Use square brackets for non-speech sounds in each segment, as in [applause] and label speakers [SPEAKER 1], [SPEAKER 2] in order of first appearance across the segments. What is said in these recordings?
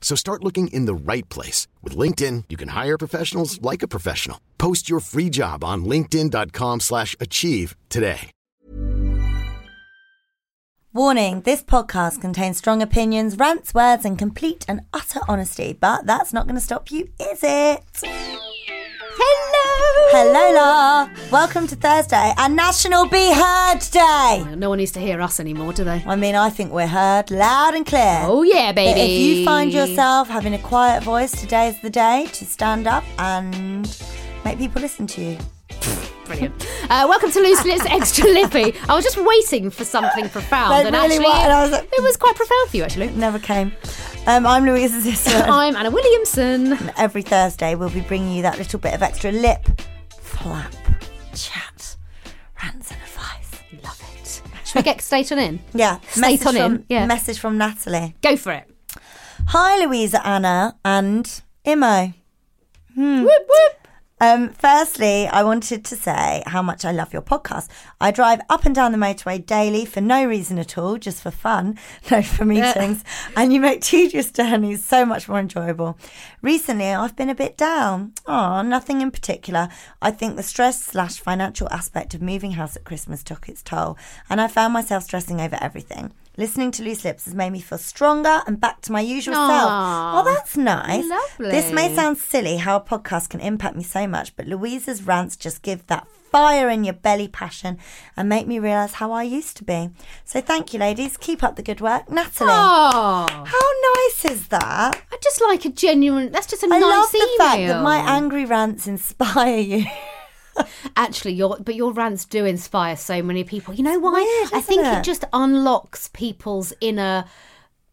[SPEAKER 1] So start looking in the right place. With LinkedIn, you can hire professionals like a professional. Post your free job on linkedin.com/achieve slash achieve today.
[SPEAKER 2] Warning this podcast contains strong opinions, rants, words, and complete and utter honesty, but that's not going to stop you, is it? Hello! Hello, La! Welcome to Thursday and National Be Heard Day!
[SPEAKER 3] No one needs to hear us anymore, do they?
[SPEAKER 2] I mean, I think we're heard loud and clear.
[SPEAKER 3] Oh yeah,
[SPEAKER 2] But
[SPEAKER 3] baby.
[SPEAKER 2] If you find yourself having a quiet voice, today's the day to stand up and make people listen to you.
[SPEAKER 3] brilliant. Uh, welcome to Loose Lips Extra Lippy. I was just waiting for something profound,
[SPEAKER 2] They
[SPEAKER 3] and
[SPEAKER 2] really
[SPEAKER 3] actually,
[SPEAKER 2] were, and I was like-
[SPEAKER 3] it was quite profound for you, actually.
[SPEAKER 2] Never came. Um, I'm Louisa's sister.
[SPEAKER 3] I'm Anna Williamson.
[SPEAKER 2] every Thursday we'll be bringing you that little bit of extra lip, flap, chat, rants and advice.
[SPEAKER 3] Love it. Should we get straight on in?
[SPEAKER 2] Yeah,
[SPEAKER 3] Stay
[SPEAKER 2] message
[SPEAKER 3] on in,
[SPEAKER 2] from,
[SPEAKER 3] yeah.
[SPEAKER 2] Message from Natalie.
[SPEAKER 3] Go for it.
[SPEAKER 2] Hi, Louisa, Anna, and Imo.
[SPEAKER 3] Whoop whoop.
[SPEAKER 2] Um, firstly, I wanted to say how much I love your podcast. I drive up and down the motorway daily for no reason at all, just for fun, [laughs] no for meetings, and you make tedious [laughs] journeys so much more enjoyable. Recently, I've been a bit down. Oh, nothing in particular. I think the stress slash financial aspect of moving house at Christmas took its toll, and I found myself stressing over everything. Listening to Loose Lips has made me feel stronger and back to my usual self.
[SPEAKER 3] Aw.
[SPEAKER 2] Oh, that's nice.
[SPEAKER 3] Lovely.
[SPEAKER 2] This may sound silly how a podcast can impact me so much, but Louisa's rants just give that fire in your belly passion and make me realise how I used to be. So thank you, ladies. Keep up the good work. Natalie.
[SPEAKER 3] Oh,
[SPEAKER 2] How nice is that?
[SPEAKER 3] I just like a genuine. That's just a
[SPEAKER 2] I
[SPEAKER 3] nice
[SPEAKER 2] love the
[SPEAKER 3] email.
[SPEAKER 2] fact that my angry rants inspire you. [laughs]
[SPEAKER 3] Actually, your but your rants do inspire so many people. You know why?
[SPEAKER 2] weird,
[SPEAKER 3] I think
[SPEAKER 2] isn't
[SPEAKER 3] it
[SPEAKER 2] it?
[SPEAKER 3] just unlocks people's inner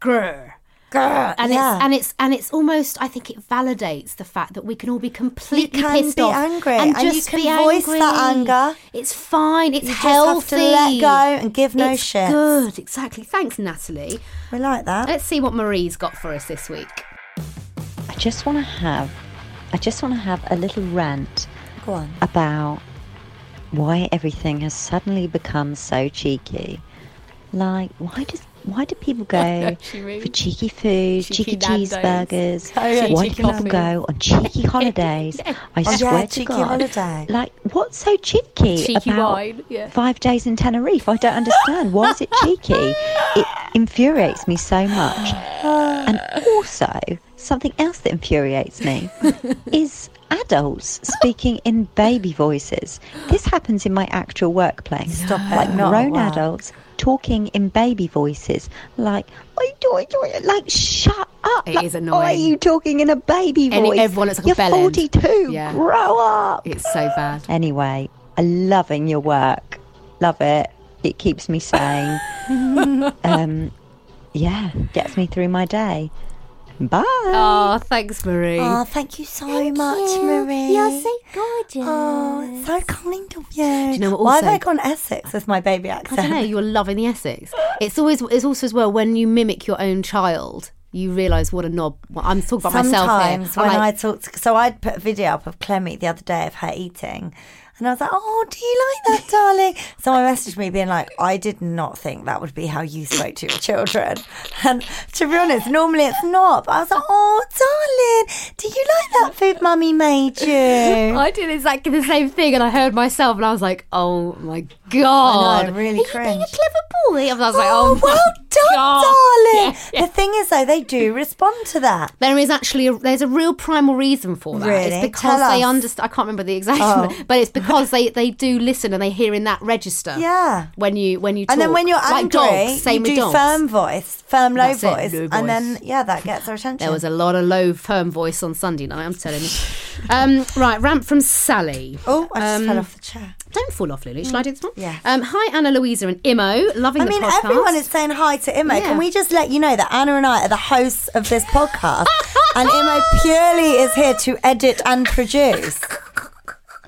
[SPEAKER 3] grr.
[SPEAKER 2] Grr,
[SPEAKER 3] and
[SPEAKER 2] yeah.
[SPEAKER 3] it's and it's and it's almost I think it validates the fact that we can all be completely
[SPEAKER 2] You can
[SPEAKER 3] pissed
[SPEAKER 2] be
[SPEAKER 3] off
[SPEAKER 2] angry,
[SPEAKER 3] and
[SPEAKER 2] and you
[SPEAKER 3] just
[SPEAKER 2] can
[SPEAKER 3] be
[SPEAKER 2] voice that
[SPEAKER 3] angry.
[SPEAKER 2] anger.
[SPEAKER 3] It's fine. It's
[SPEAKER 2] You just have
[SPEAKER 3] healthy.
[SPEAKER 2] to let go and give no
[SPEAKER 3] it's
[SPEAKER 2] shits.
[SPEAKER 3] Good, exactly. Thanks, Natalie.
[SPEAKER 2] we like that.
[SPEAKER 3] Let's see what Marie's got for us this week.
[SPEAKER 4] I just want to have, I just want to have a little rant
[SPEAKER 2] Go on.
[SPEAKER 4] about why everything has suddenly become so cheeky. Like, why does why do people go for cheeky food, cheeky, cheeseburgers? why do people go on cheeky holidays? I
[SPEAKER 2] yeah,
[SPEAKER 4] swear to
[SPEAKER 2] cheeky
[SPEAKER 4] God,
[SPEAKER 2] holiday.
[SPEAKER 4] like what's so cheeky
[SPEAKER 3] Cheeky
[SPEAKER 4] about
[SPEAKER 3] wine, yeah.
[SPEAKER 4] five days in Tenerife? I don't understand. Why is it cheeky? It infuriates me so much. And also, something else that infuriates
[SPEAKER 3] [laughs]
[SPEAKER 4] me is adults speaking in baby voices. This happens in my actual workplace.
[SPEAKER 2] Stop it,
[SPEAKER 4] like
[SPEAKER 2] not
[SPEAKER 4] grown
[SPEAKER 2] at work.
[SPEAKER 4] adults talking in baby voices, like "Oi, doi, doi," like shut up.
[SPEAKER 3] It
[SPEAKER 4] like,
[SPEAKER 3] is
[SPEAKER 4] Why are
[SPEAKER 3] annoying.
[SPEAKER 4] you talking in a baby
[SPEAKER 3] Any-
[SPEAKER 4] voice?
[SPEAKER 3] everyone looks like a
[SPEAKER 4] You're
[SPEAKER 3] bellend.
[SPEAKER 4] 42.
[SPEAKER 3] Yeah.
[SPEAKER 4] Grow up.
[SPEAKER 3] It's so bad.
[SPEAKER 4] Anyway, I'm loving your work. Love it. It keeps me sane. um, yeah, gets me through my day. Bye.
[SPEAKER 3] Oh, thanks, Marie.
[SPEAKER 2] Oh, thank you so much, Marie. You're so gorgeous. Oh, so kind of you. Do
[SPEAKER 3] you know what
[SPEAKER 2] Why have
[SPEAKER 3] also-
[SPEAKER 2] I gone Essex with my baby accent?
[SPEAKER 3] I don't know. You're loving the Essex. It's always. It's also as well when you mimic your own child, you realise what a knob. Well, I'm talking about myself here.
[SPEAKER 2] Sometimes
[SPEAKER 3] I'm
[SPEAKER 2] when
[SPEAKER 3] like,
[SPEAKER 2] I talk, to, so I'd put a video up of Clemmy the other day of her eating, and I was like, "Oh, do you like
[SPEAKER 3] [laughs]
[SPEAKER 2] that, darling?" Someone messaged me being like, "I did not think that would be how you spoke to your children." [laughs] And to be honest, normally it's not. But I was like, "Oh, darling, do you like that food, mummy made you?"
[SPEAKER 3] [laughs] I did exactly the same thing, and I heard myself, and I was like, "Oh my god!"
[SPEAKER 2] I know, really
[SPEAKER 3] Are you being
[SPEAKER 2] cringe.
[SPEAKER 3] a clever boy? And I was like, "Oh,
[SPEAKER 2] well darling. The thing is, though, they do respond to that.
[SPEAKER 3] [laughs] There is actually a, there's a real primal reason for that.
[SPEAKER 2] Really?
[SPEAKER 3] It's because
[SPEAKER 2] Tell
[SPEAKER 3] they
[SPEAKER 2] us. Oh.
[SPEAKER 3] understand. I can't remember the exact, number, [laughs] but it's because they they do listen and they hear in that register.
[SPEAKER 2] Yeah.
[SPEAKER 3] When you when you talk.
[SPEAKER 2] And then when you're
[SPEAKER 3] like
[SPEAKER 2] angry,
[SPEAKER 3] dogs, same
[SPEAKER 2] you
[SPEAKER 3] with
[SPEAKER 2] do
[SPEAKER 3] dogs.
[SPEAKER 2] firm voice, firm low
[SPEAKER 3] That's it,
[SPEAKER 2] voice,
[SPEAKER 3] low
[SPEAKER 2] and
[SPEAKER 3] voice.
[SPEAKER 2] then yeah, that gets their attention.
[SPEAKER 3] [laughs] There was a lot of low firm voice on Sunday night.
[SPEAKER 2] [laughs]
[SPEAKER 3] I'm telling you. um, right, rant from Sally.
[SPEAKER 2] oh, I just
[SPEAKER 3] Um,
[SPEAKER 2] fell off the chair.
[SPEAKER 3] Don't fall off, Lulu. Shall I do this one?
[SPEAKER 2] Yes.
[SPEAKER 3] Um, hi, Anna Louisa and Imo. Loving
[SPEAKER 2] I
[SPEAKER 3] the
[SPEAKER 2] mean,
[SPEAKER 3] podcast.
[SPEAKER 2] everyone is saying hi to Imo.
[SPEAKER 3] Yeah.
[SPEAKER 2] Can we just let you know that Anna and I are the hosts of this podcast, and Imo purely is here to edit and produce.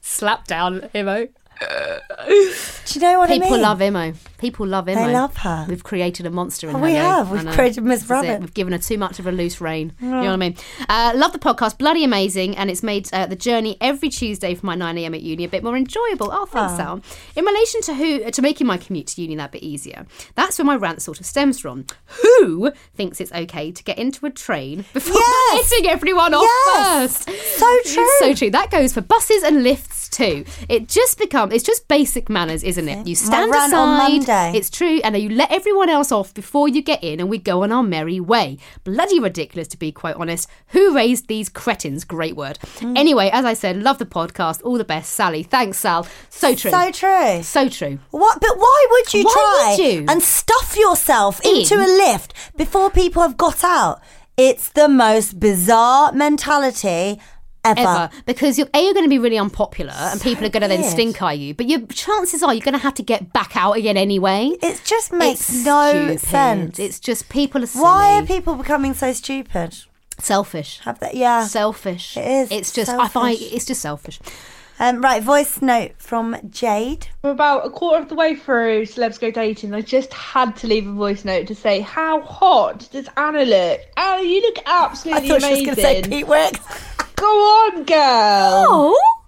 [SPEAKER 3] slap down Imo.
[SPEAKER 2] Do you know what
[SPEAKER 3] People
[SPEAKER 2] I mean?
[SPEAKER 3] love Imo. People love Imo.
[SPEAKER 2] love her. Oh,
[SPEAKER 3] We've created a monster in her.
[SPEAKER 2] We
[SPEAKER 3] though.
[SPEAKER 2] have.
[SPEAKER 3] I
[SPEAKER 2] We've
[SPEAKER 3] know.
[SPEAKER 2] created Miss
[SPEAKER 3] This is it.
[SPEAKER 2] Rabbit. Oh.
[SPEAKER 3] We've given her too much of a loose rein. You know what I mean? Uh, love the podcast. Bloody amazing. And it's made uh, the journey every Tuesday from my 9am at uni a bit more enjoyable. Oh, thanks, Sal. In relation to who to making my commute to uni that bit easier, that's where my rant sort of stems from. Who thinks it's okay to get into a train before
[SPEAKER 2] Yes.
[SPEAKER 3] hitting everyone off
[SPEAKER 2] Yes.
[SPEAKER 3] first?
[SPEAKER 2] So
[SPEAKER 3] It's
[SPEAKER 2] true.
[SPEAKER 3] so true. That goes for buses and lifts too. It just becomes it's just basic manners, isn't it? You stand
[SPEAKER 2] rant on
[SPEAKER 3] aside.
[SPEAKER 2] Monday.
[SPEAKER 3] It's true, and you let everyone else off before you get in, and we go on our merry way. Bloody ridiculous, to be quite honest. Who raised these cretins? Great word.
[SPEAKER 2] Hmm.
[SPEAKER 3] Anyway, as I said, love the podcast. All the best, Sally. Thanks, Sal. So true.
[SPEAKER 2] So true.
[SPEAKER 3] So true.
[SPEAKER 2] What? But why would you
[SPEAKER 3] Why
[SPEAKER 2] try
[SPEAKER 3] would you?
[SPEAKER 2] and stuff yourself
[SPEAKER 3] In.
[SPEAKER 2] into a lift before people have got out? It's the most bizarre mentality ever.
[SPEAKER 3] Ever because you're, a you're going to be really unpopular and people are going to then
[SPEAKER 2] weird.
[SPEAKER 3] stink eye you, but your chances are you're going to have to get back out again anyway.
[SPEAKER 2] It just makes
[SPEAKER 3] It's
[SPEAKER 2] no
[SPEAKER 3] stupid.
[SPEAKER 2] sense.
[SPEAKER 3] It's just people are silly.
[SPEAKER 2] why are people becoming so stupid?
[SPEAKER 3] selfish?
[SPEAKER 2] Have that? Yeah.
[SPEAKER 3] Selfish.
[SPEAKER 2] Ah, It is
[SPEAKER 3] It's just I find
[SPEAKER 2] selfish.
[SPEAKER 3] it's just selfish.
[SPEAKER 2] um, right. Voice note from Jade.
[SPEAKER 5] I'm about a quarter of the way through Celebs Go Dating. I just had to leave a voice note to say, How hot does Anna look? Anna, you look
[SPEAKER 2] I
[SPEAKER 5] absolutely
[SPEAKER 2] thought she was
[SPEAKER 5] amazing.
[SPEAKER 2] going to say Pete Wicks.
[SPEAKER 5] Go on, girl.
[SPEAKER 3] Oh,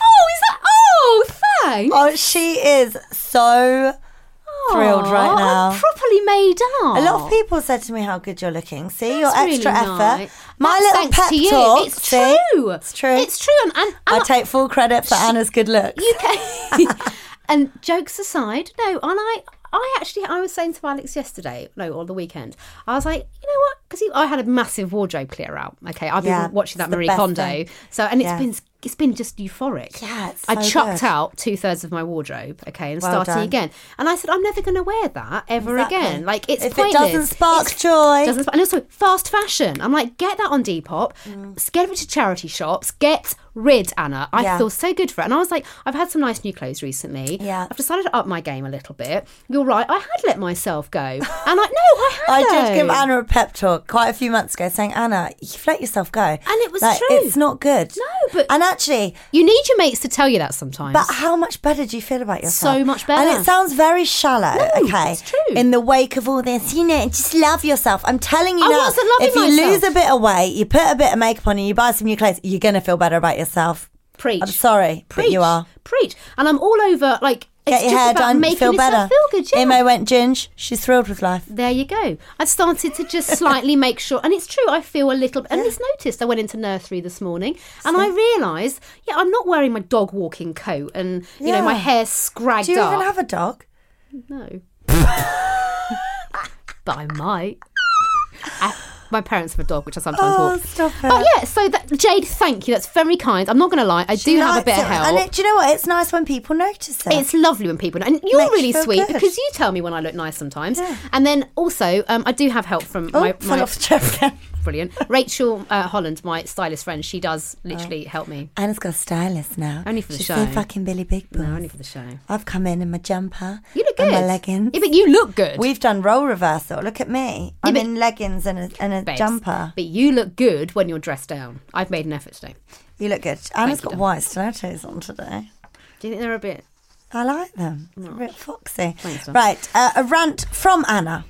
[SPEAKER 3] oh, is that? Oh, thanks.
[SPEAKER 2] Oh, she is so thrilled right now.
[SPEAKER 3] I'm properly made up.
[SPEAKER 2] A lot of people said to me how good you're looking. See your
[SPEAKER 3] That's
[SPEAKER 2] extra
[SPEAKER 3] really
[SPEAKER 2] effort.
[SPEAKER 3] nice.
[SPEAKER 2] My
[SPEAKER 3] That's
[SPEAKER 2] little
[SPEAKER 3] thanks
[SPEAKER 2] pep
[SPEAKER 3] to you.
[SPEAKER 2] talk.
[SPEAKER 3] It's
[SPEAKER 2] see?
[SPEAKER 3] true.
[SPEAKER 2] It's true.
[SPEAKER 3] It's true. And, and,
[SPEAKER 2] I
[SPEAKER 3] and
[SPEAKER 2] take full credit for Anna's good looks.
[SPEAKER 3] [laughs] you ca- and jokes aside, no, and I, I actually, I was saying to Alex yesterday, no, on the weekend, I was like, you know what? Because I had a massive wardrobe clear out. Okay, I've been
[SPEAKER 2] Yeah,
[SPEAKER 3] watching that
[SPEAKER 2] it's the
[SPEAKER 3] Marie
[SPEAKER 2] best
[SPEAKER 3] Kondo,
[SPEAKER 2] thing.
[SPEAKER 3] so and it's
[SPEAKER 2] Yeah.
[SPEAKER 3] been, it's been just euphoric.
[SPEAKER 2] Yeah, it's
[SPEAKER 3] I
[SPEAKER 2] so
[SPEAKER 3] chucked
[SPEAKER 2] good.
[SPEAKER 3] out two thirds of my wardrobe, okay, and
[SPEAKER 2] Well
[SPEAKER 3] starting
[SPEAKER 2] done.
[SPEAKER 3] again. And I said, I'm never going to wear that ever
[SPEAKER 2] Exactly.
[SPEAKER 3] again. Like it's
[SPEAKER 2] If it
[SPEAKER 3] pointless.
[SPEAKER 2] doesn't spark
[SPEAKER 3] It's-
[SPEAKER 2] joy.
[SPEAKER 3] doesn't spark- and also fast fashion. I'm like, get that on Depop.
[SPEAKER 2] Mm.
[SPEAKER 3] s- Get it to charity shops. Get rid, Anna. I
[SPEAKER 2] Yeah.
[SPEAKER 3] feel so good for it. And I was like, I've had some nice new clothes recently.
[SPEAKER 2] Yeah.
[SPEAKER 3] I've decided to up my game a little bit. You're right. I had let
[SPEAKER 2] [laughs]
[SPEAKER 3] myself go, and I no, I had.
[SPEAKER 2] I did give
[SPEAKER 3] though.
[SPEAKER 2] Anna a pep talk quite a few months ago saying, Anna, you've let yourself go. And
[SPEAKER 3] it was
[SPEAKER 2] like,
[SPEAKER 3] true.
[SPEAKER 2] It's not good.
[SPEAKER 3] No, but-
[SPEAKER 2] And actually,
[SPEAKER 3] You need your mates to tell you that sometimes.
[SPEAKER 2] But how much better do you feel about yourself?
[SPEAKER 3] So much better.
[SPEAKER 2] And it sounds very shallow, okay?
[SPEAKER 3] it's true.
[SPEAKER 2] In the wake of all this, you know, just love yourself. I'm telling you
[SPEAKER 3] I
[SPEAKER 2] now,
[SPEAKER 3] wasn't loving
[SPEAKER 2] if you
[SPEAKER 3] myself.
[SPEAKER 2] lose a bit of weight, you put a bit of makeup on and you buy some new clothes, you're going to feel better about yourself.
[SPEAKER 3] Preach.
[SPEAKER 2] I'm sorry, but
[SPEAKER 3] Preach.
[SPEAKER 2] you are.
[SPEAKER 3] Preach. And I'm all over like.
[SPEAKER 2] Get your
[SPEAKER 3] it's just
[SPEAKER 2] hair
[SPEAKER 3] about
[SPEAKER 2] done,
[SPEAKER 3] making
[SPEAKER 2] feel
[SPEAKER 3] yourself
[SPEAKER 2] better.
[SPEAKER 3] Feel good, yeah.
[SPEAKER 2] Imo went ginge. She's thrilled with life.
[SPEAKER 3] there you go. I've started
[SPEAKER 2] [laughs]
[SPEAKER 3] to just slightly make sure, and it's true. I feel a little, and it's noticed. I went into nursery this morning, and I realised, yeah, I'm not wearing my dog walking coat, and you know, my
[SPEAKER 2] Yeah.
[SPEAKER 3] hair scragged
[SPEAKER 2] Do you
[SPEAKER 3] up.
[SPEAKER 2] even have a dog?
[SPEAKER 3] no, but I might. I- my parents have a dog, which I sometimes
[SPEAKER 2] Oh,
[SPEAKER 3] walk.
[SPEAKER 2] stop
[SPEAKER 3] But
[SPEAKER 2] it.
[SPEAKER 3] yeah, so that, Jade, thank you. That's very kind. I'm not going to lie. I do
[SPEAKER 2] She
[SPEAKER 3] have a
[SPEAKER 2] likes
[SPEAKER 3] bit of
[SPEAKER 2] it.
[SPEAKER 3] help.
[SPEAKER 2] And it, do you know what? It's nice when people notice it.
[SPEAKER 3] It's lovely when people and you're
[SPEAKER 2] Makes you
[SPEAKER 3] really
[SPEAKER 2] feel
[SPEAKER 3] sweet
[SPEAKER 2] good.
[SPEAKER 3] because you tell me when I look nice sometimes.
[SPEAKER 2] Yeah.
[SPEAKER 3] And then also, um, I do have help from
[SPEAKER 2] oh,
[SPEAKER 3] my,
[SPEAKER 2] fell
[SPEAKER 3] my
[SPEAKER 2] off the chair again. [laughs]
[SPEAKER 3] brilliant Rachel uh, Holland, my stylist friend. She does
[SPEAKER 2] Uh,
[SPEAKER 3] literally help me
[SPEAKER 2] Anna's got a stylist now.
[SPEAKER 3] Only for the
[SPEAKER 2] She's
[SPEAKER 3] show.
[SPEAKER 2] so fucking Billy Big Boy.
[SPEAKER 3] no, only for the show.
[SPEAKER 2] I've come in in my jumper.
[SPEAKER 3] You look good.
[SPEAKER 2] And my leggings.
[SPEAKER 3] Yeah, but you look good.
[SPEAKER 2] We've done role reversal. Look at me. I'm
[SPEAKER 3] but-
[SPEAKER 2] in leggings and a, and a
[SPEAKER 3] babes.
[SPEAKER 2] jumper.
[SPEAKER 3] But you look good when you're dressed down. I've made an effort today.
[SPEAKER 2] You look good. Anna's got
[SPEAKER 3] you, darling.
[SPEAKER 2] white stilettos on today.
[SPEAKER 3] Do you think they're a bit?
[SPEAKER 2] I like them. A bit foxy.
[SPEAKER 3] Thanks, darling.
[SPEAKER 2] right, uh, a rant from Anna.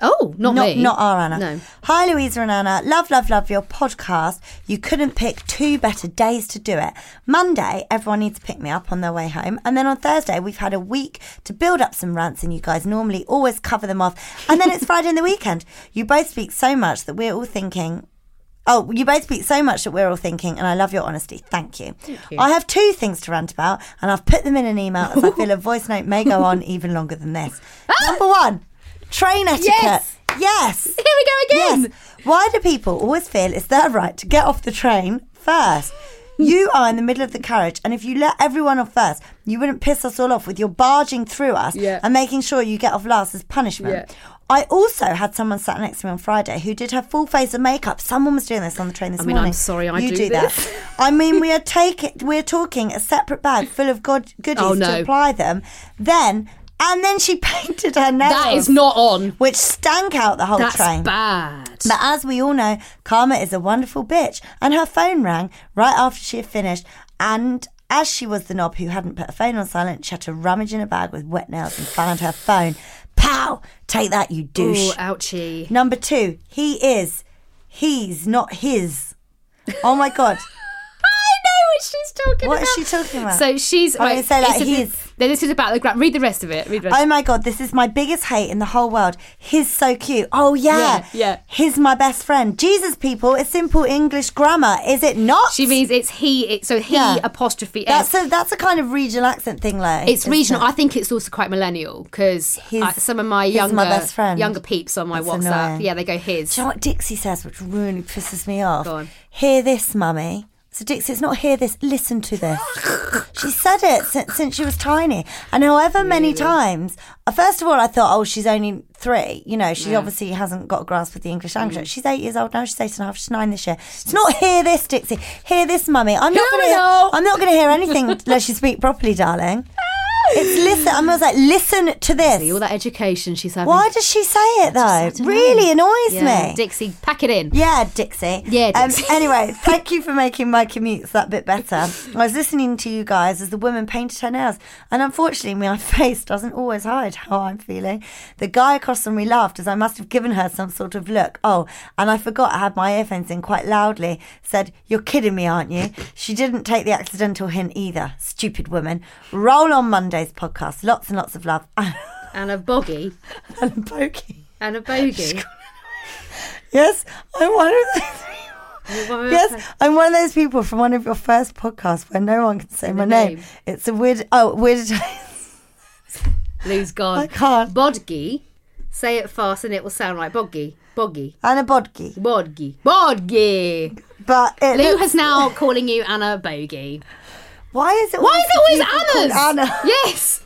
[SPEAKER 3] Oh, not,
[SPEAKER 2] not,
[SPEAKER 3] me.
[SPEAKER 2] not our Anna.
[SPEAKER 3] No.
[SPEAKER 2] Hi, Louisa and Anna. Love, love, love your podcast. You couldn't pick two better days to do it. Monday, everyone needs to pick me up on their way home. And then on Thursday, we've had a week to build up some rants, and you guys normally always cover them off. And
[SPEAKER 3] [laughs]
[SPEAKER 2] then it's Friday and the weekend. You both speak so much that we're all thinking, Oh, you both speak so much that we're all thinking, and I love your honesty. Thank you. I have two things to rant about,
[SPEAKER 3] [laughs]
[SPEAKER 2] and I've put them in an email as I feel a voice note may go on even longer than this. Number one, Train etiquette.
[SPEAKER 3] Yes.
[SPEAKER 2] Yes.
[SPEAKER 3] Here we go again.
[SPEAKER 2] Yes. Why do people always feel it's their right to get off the train first? You are in the middle of the carriage, and if you let everyone off first, you wouldn't piss us all off with your barging through us
[SPEAKER 3] Yeah.
[SPEAKER 2] and making sure you get off last as punishment.
[SPEAKER 3] Yeah.
[SPEAKER 2] I also had someone sat next to me on Friday who did her full face of makeup. Someone was doing this on the train this
[SPEAKER 3] I mean, I'm
[SPEAKER 2] morning.
[SPEAKER 3] sorry I
[SPEAKER 2] you
[SPEAKER 3] do this.
[SPEAKER 2] that. [laughs] I mean, we are taking, we're talking a separate bag full of good goodies
[SPEAKER 3] Oh, no.
[SPEAKER 2] to apply them. Then, and then she [laughs] painted her nails
[SPEAKER 3] That is not on.
[SPEAKER 2] which stank out the whole
[SPEAKER 3] That's
[SPEAKER 2] train.
[SPEAKER 3] bad.
[SPEAKER 2] But as we all know, Karma is a wonderful bitch, and her phone rang right after she had finished. And as she was the knob who hadn't put her phone on silent, she had to rummage in a bag with wet nails and found her phone. Pow! Take that, you douche.
[SPEAKER 3] Ooh, uh, ouchie.
[SPEAKER 2] Number two, he is. He's not his. Oh my
[SPEAKER 3] [laughs]
[SPEAKER 2] god.
[SPEAKER 3] I know what she's talking
[SPEAKER 2] What
[SPEAKER 3] about.
[SPEAKER 2] is she talking about?
[SPEAKER 3] So she's.
[SPEAKER 2] I'm gonna say, like,
[SPEAKER 3] this is-
[SPEAKER 2] he's-
[SPEAKER 3] no, this is about the ground. Read the rest of it. Read the rest.
[SPEAKER 2] Oh my god, this is my biggest hate in the whole world. He's so cute. Oh yeah.
[SPEAKER 3] Yeah, yeah.
[SPEAKER 2] He's my best friend. Jesus people, it's simple English grammar, is it not?
[SPEAKER 3] she means it's he. It's so he
[SPEAKER 2] Yeah.
[SPEAKER 3] apostrophe s.
[SPEAKER 2] that's a that's a kind of regional accent thing, like
[SPEAKER 3] It's
[SPEAKER 2] isn't
[SPEAKER 3] regional.
[SPEAKER 2] it?
[SPEAKER 3] I think it's also quite millennial because
[SPEAKER 2] His-
[SPEAKER 3] some of my
[SPEAKER 2] his my
[SPEAKER 3] younger
[SPEAKER 2] best friend.
[SPEAKER 3] younger peeps on my
[SPEAKER 2] That's
[SPEAKER 3] WhatsApp,
[SPEAKER 2] annoying.
[SPEAKER 3] yeah, they go his.
[SPEAKER 2] Do you know what Dixie says, which really pisses me off?
[SPEAKER 3] Go on.
[SPEAKER 2] Hear this, mummy. So Dixie, it's not hear this, listen to
[SPEAKER 3] [laughs]
[SPEAKER 2] this. she said it since, since she was tiny. And however many times, uh, first of all, I thought, oh, she's only three. You know, she obviously hasn't got a grasp of the English
[SPEAKER 3] Mm.
[SPEAKER 2] language. She's eight years old now. She's eight and a half. She's nine this year. It's not hear this, Dixie. Hear this, mummy. I'm not going
[SPEAKER 3] Hello.
[SPEAKER 2] to. I'm not going to hear
[SPEAKER 3] [laughs]
[SPEAKER 2] anything unless you speak properly, darling. It's listen. I was like, listen to
[SPEAKER 3] All
[SPEAKER 2] this.
[SPEAKER 3] that education she's having.
[SPEAKER 2] Why does she say it though?
[SPEAKER 3] don't know.
[SPEAKER 2] Really annoys
[SPEAKER 3] Yeah,
[SPEAKER 2] me.
[SPEAKER 3] Dixie, pack it in.
[SPEAKER 2] Yeah, Dixie.
[SPEAKER 3] Yeah, Dixie.
[SPEAKER 2] Um,
[SPEAKER 3] [laughs]
[SPEAKER 2] anyway, thank you for making my commutes that bit better. I was listening to you guys as the woman painted her nails, and unfortunately, my [laughs] face doesn't always hide how I'm feeling. The guy across from me laughed as I must have given her some sort of look. Oh, and I forgot I had my earphones in quite loudly. Said, You're kidding me, aren't you? She didn't take the accidental hint either. Stupid woman. Roll on Monday's podcast. Lots and lots of love. [laughs] and
[SPEAKER 3] And a boggy.
[SPEAKER 2] a bogey.
[SPEAKER 3] And a bogey.
[SPEAKER 2] Yes, I'm one of those.
[SPEAKER 3] Oh,
[SPEAKER 2] Yes, I'm one of those people from one of your first podcasts where no one can say my name.
[SPEAKER 3] name.
[SPEAKER 2] It's a weird. Oh, weird. [laughs]
[SPEAKER 3] Lou's gone.
[SPEAKER 2] I can't.
[SPEAKER 3] Bodgy. Say it fast and it will sound right. Boggy. Boggy.
[SPEAKER 2] Anna Bodki,
[SPEAKER 3] Bodgy. Bodgy.
[SPEAKER 2] but it
[SPEAKER 3] Lou
[SPEAKER 2] looks-
[SPEAKER 3] has now calling you Anna Bogey.
[SPEAKER 2] Why is it?
[SPEAKER 3] Why is it always
[SPEAKER 2] people called
[SPEAKER 3] Anna's?
[SPEAKER 2] Anna. [laughs]
[SPEAKER 3] Yes.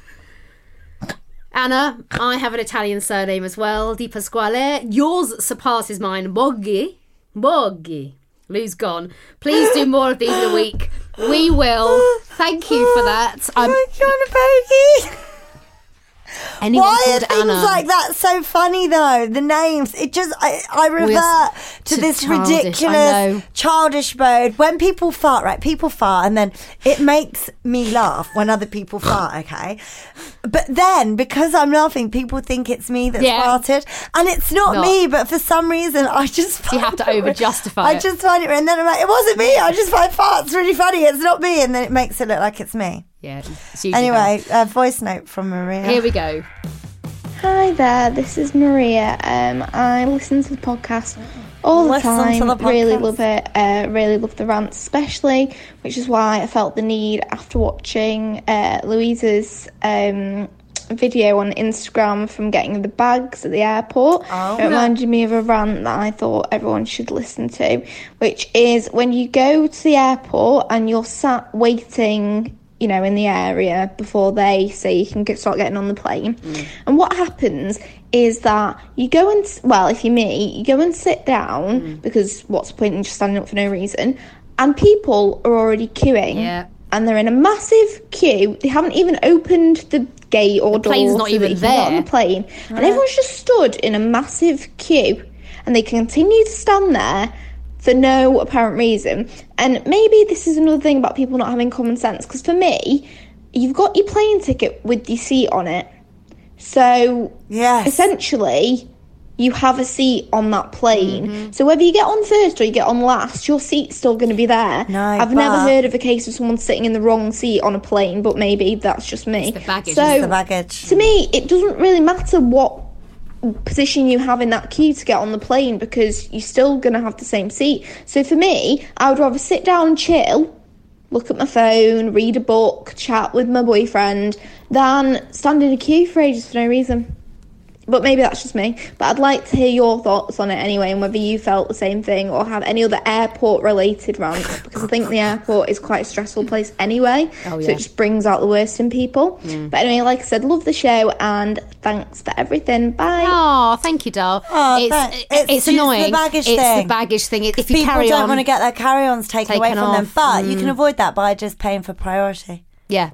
[SPEAKER 3] Anna, I have an Italian surname as well, Di Pasquale. Yours surpasses mine, Boggi. Boggi. Lou's gone. Please do more of these in a week. We will.
[SPEAKER 2] [laughs]
[SPEAKER 3] Thank you for that. Um, I'm,
[SPEAKER 2] Thank you, Anna Bodki.
[SPEAKER 3] anyone
[SPEAKER 2] Why are
[SPEAKER 3] called
[SPEAKER 2] things
[SPEAKER 3] Anna?
[SPEAKER 2] like that so funny though? The names, it just I, I revert to
[SPEAKER 3] to
[SPEAKER 2] this
[SPEAKER 3] childish, I know.
[SPEAKER 2] ridiculous childish mode. When people fart, right? People fart, and then it makes me laugh when other people fart. Okay, but then because I'm laughing, people think it's me that's
[SPEAKER 3] Yeah.
[SPEAKER 2] farted, and it's not,
[SPEAKER 3] Not.
[SPEAKER 2] me. But for some reason, I just
[SPEAKER 3] you have
[SPEAKER 2] find
[SPEAKER 3] to
[SPEAKER 2] it re-
[SPEAKER 3] over-justify
[SPEAKER 2] I
[SPEAKER 3] it.
[SPEAKER 2] just find it, and then I'm like, it wasn't me. I just find farts really funny. It's not me, and then it makes it look like it's me.
[SPEAKER 3] Yeah. it's usually her.
[SPEAKER 2] Anyway, a voice note from Maria.
[SPEAKER 3] Here we go.
[SPEAKER 6] Hi there, this is Maria. Um, I listen to the podcast all the
[SPEAKER 2] Listen to
[SPEAKER 6] time.
[SPEAKER 2] the podcast.
[SPEAKER 6] Really love it. Uh, really love the rants, especially, which is why I felt the need after watching uh, Louisa's um, video on Instagram from getting the bags at the airport.
[SPEAKER 2] Oh,
[SPEAKER 6] it reminded me of a rant that I thought everyone should listen to, which is when you go to the airport and you're sat waiting you know, in the area before they say you can get, start getting on the plane. And what happens is that you go and, s- well, if you're me, you go and sit down because what's the point in just standing up for no reason? And people are already queuing.
[SPEAKER 3] Yeah.
[SPEAKER 6] And they're in a massive queue. They haven't even opened the gate or door.
[SPEAKER 3] plane's not
[SPEAKER 6] so
[SPEAKER 3] even
[SPEAKER 6] that you can get on
[SPEAKER 3] there.
[SPEAKER 6] the plane. And everyone's just stood in a massive queue. And they continue to stand there for no apparent reason. And maybe this is another thing about people not having common sense, because for me, you've got your plane ticket with your seat on it. So
[SPEAKER 2] Yes.
[SPEAKER 6] essentially, you have a seat on that plane.
[SPEAKER 3] Mm-hmm.
[SPEAKER 6] So whether you get on first or you get on last, your seat's still going to be there.
[SPEAKER 2] No,
[SPEAKER 6] I've never
[SPEAKER 2] but-
[SPEAKER 6] heard of a case of someone sitting in the wrong seat on a plane, but maybe that's just me.
[SPEAKER 3] the baggage,
[SPEAKER 6] So
[SPEAKER 3] it's
[SPEAKER 2] the baggage.
[SPEAKER 6] to me, it doesn't really matter what position you have in that queue to get on the plane because you're still going to have the same seat. So for me, I would rather sit down and chill, look at my phone, read a book, chat with my boyfriend, than stand in a queue for ages for no reason. but maybe that's just me. But I'd like to hear your thoughts on it anyway, and whether you felt the same thing or had any other airport-related rants, because I think the airport is quite a stressful place anyway. So it just brings out the worst in people. But anyway, like I said, love the show and thanks for everything. Bye.
[SPEAKER 3] Oh, thank you, doll.
[SPEAKER 2] Oh,
[SPEAKER 3] it's,
[SPEAKER 2] thank-
[SPEAKER 3] it-
[SPEAKER 2] it's-
[SPEAKER 3] it's
[SPEAKER 2] it's the
[SPEAKER 3] annoying.
[SPEAKER 2] baggage
[SPEAKER 3] it's
[SPEAKER 2] thing.
[SPEAKER 3] the baggage thing. If you
[SPEAKER 2] People
[SPEAKER 3] carry
[SPEAKER 2] don't
[SPEAKER 3] on,
[SPEAKER 2] want to get their carry-ons taken, away
[SPEAKER 3] Taken
[SPEAKER 2] from them,
[SPEAKER 3] off.
[SPEAKER 2] but you can avoid that by just paying for priority,
[SPEAKER 3] yeah.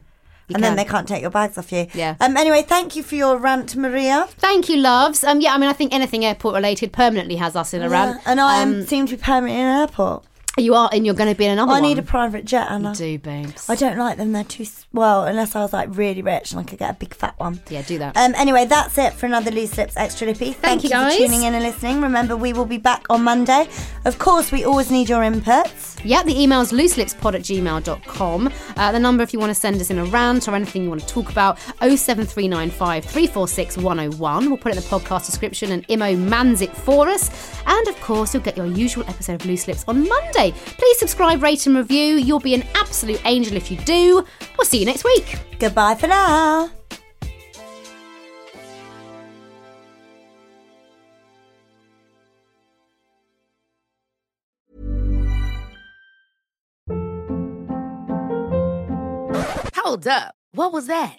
[SPEAKER 3] you
[SPEAKER 2] and then
[SPEAKER 3] can.
[SPEAKER 2] they can't take your bags off you.
[SPEAKER 3] Yeah.
[SPEAKER 2] Um. Anyway, thank you for your rant, Maria.
[SPEAKER 3] Thank you, loves. Um, yeah, I mean, I think anything airport related permanently has us in a rant.
[SPEAKER 2] And I
[SPEAKER 3] Um,
[SPEAKER 2] am, seem to be permanently in an airport.
[SPEAKER 3] You are, and you're going to be in another
[SPEAKER 2] I
[SPEAKER 3] one.
[SPEAKER 2] need a private jet, Anna.
[SPEAKER 3] You do, babes.
[SPEAKER 2] I don't like them. They're too s- well, unless I was like really rich and I could get a big fat one.
[SPEAKER 3] Yeah, do that.
[SPEAKER 2] Um, anyway, that's it for another Loose Lips Extra Lippy. Thank,
[SPEAKER 3] Thank you, guys.
[SPEAKER 2] for tuning in and listening. Remember, we will be back on Monday. Of course, we always need your inputs.
[SPEAKER 3] Yeah, the email's looselipspod at gmail.com. Uh, the number if you want to send us in a rant or anything you want to talk about, 07395 346 101. We'll put it in the podcast description and Imo mans it for us. And of course, you'll get your usual episode of Loose Lips on Monday. Please subscribe, rate, and review. You'll be an absolute angel if you do. We'll see you next week.
[SPEAKER 2] Goodbye for now.
[SPEAKER 7] Hold up. What was that?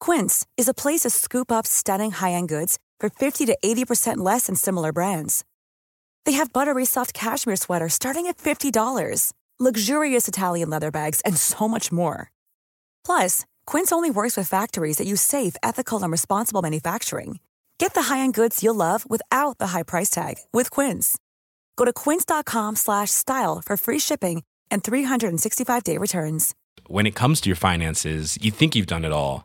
[SPEAKER 8] Quince is a place to scoop up stunning high-end goods for 50 to 80% less than similar brands. They have buttery soft cashmere sweaters starting at $50, luxurious Italian leather bags, and so much more. Plus, Quince only works with factories that use safe, ethical, and responsible manufacturing. Get the high-end goods you'll love without the high price tag with Quince. Go to quince.com/style slash style for free shipping and 365-day returns.
[SPEAKER 9] When it comes to your finances, you think you've done it all.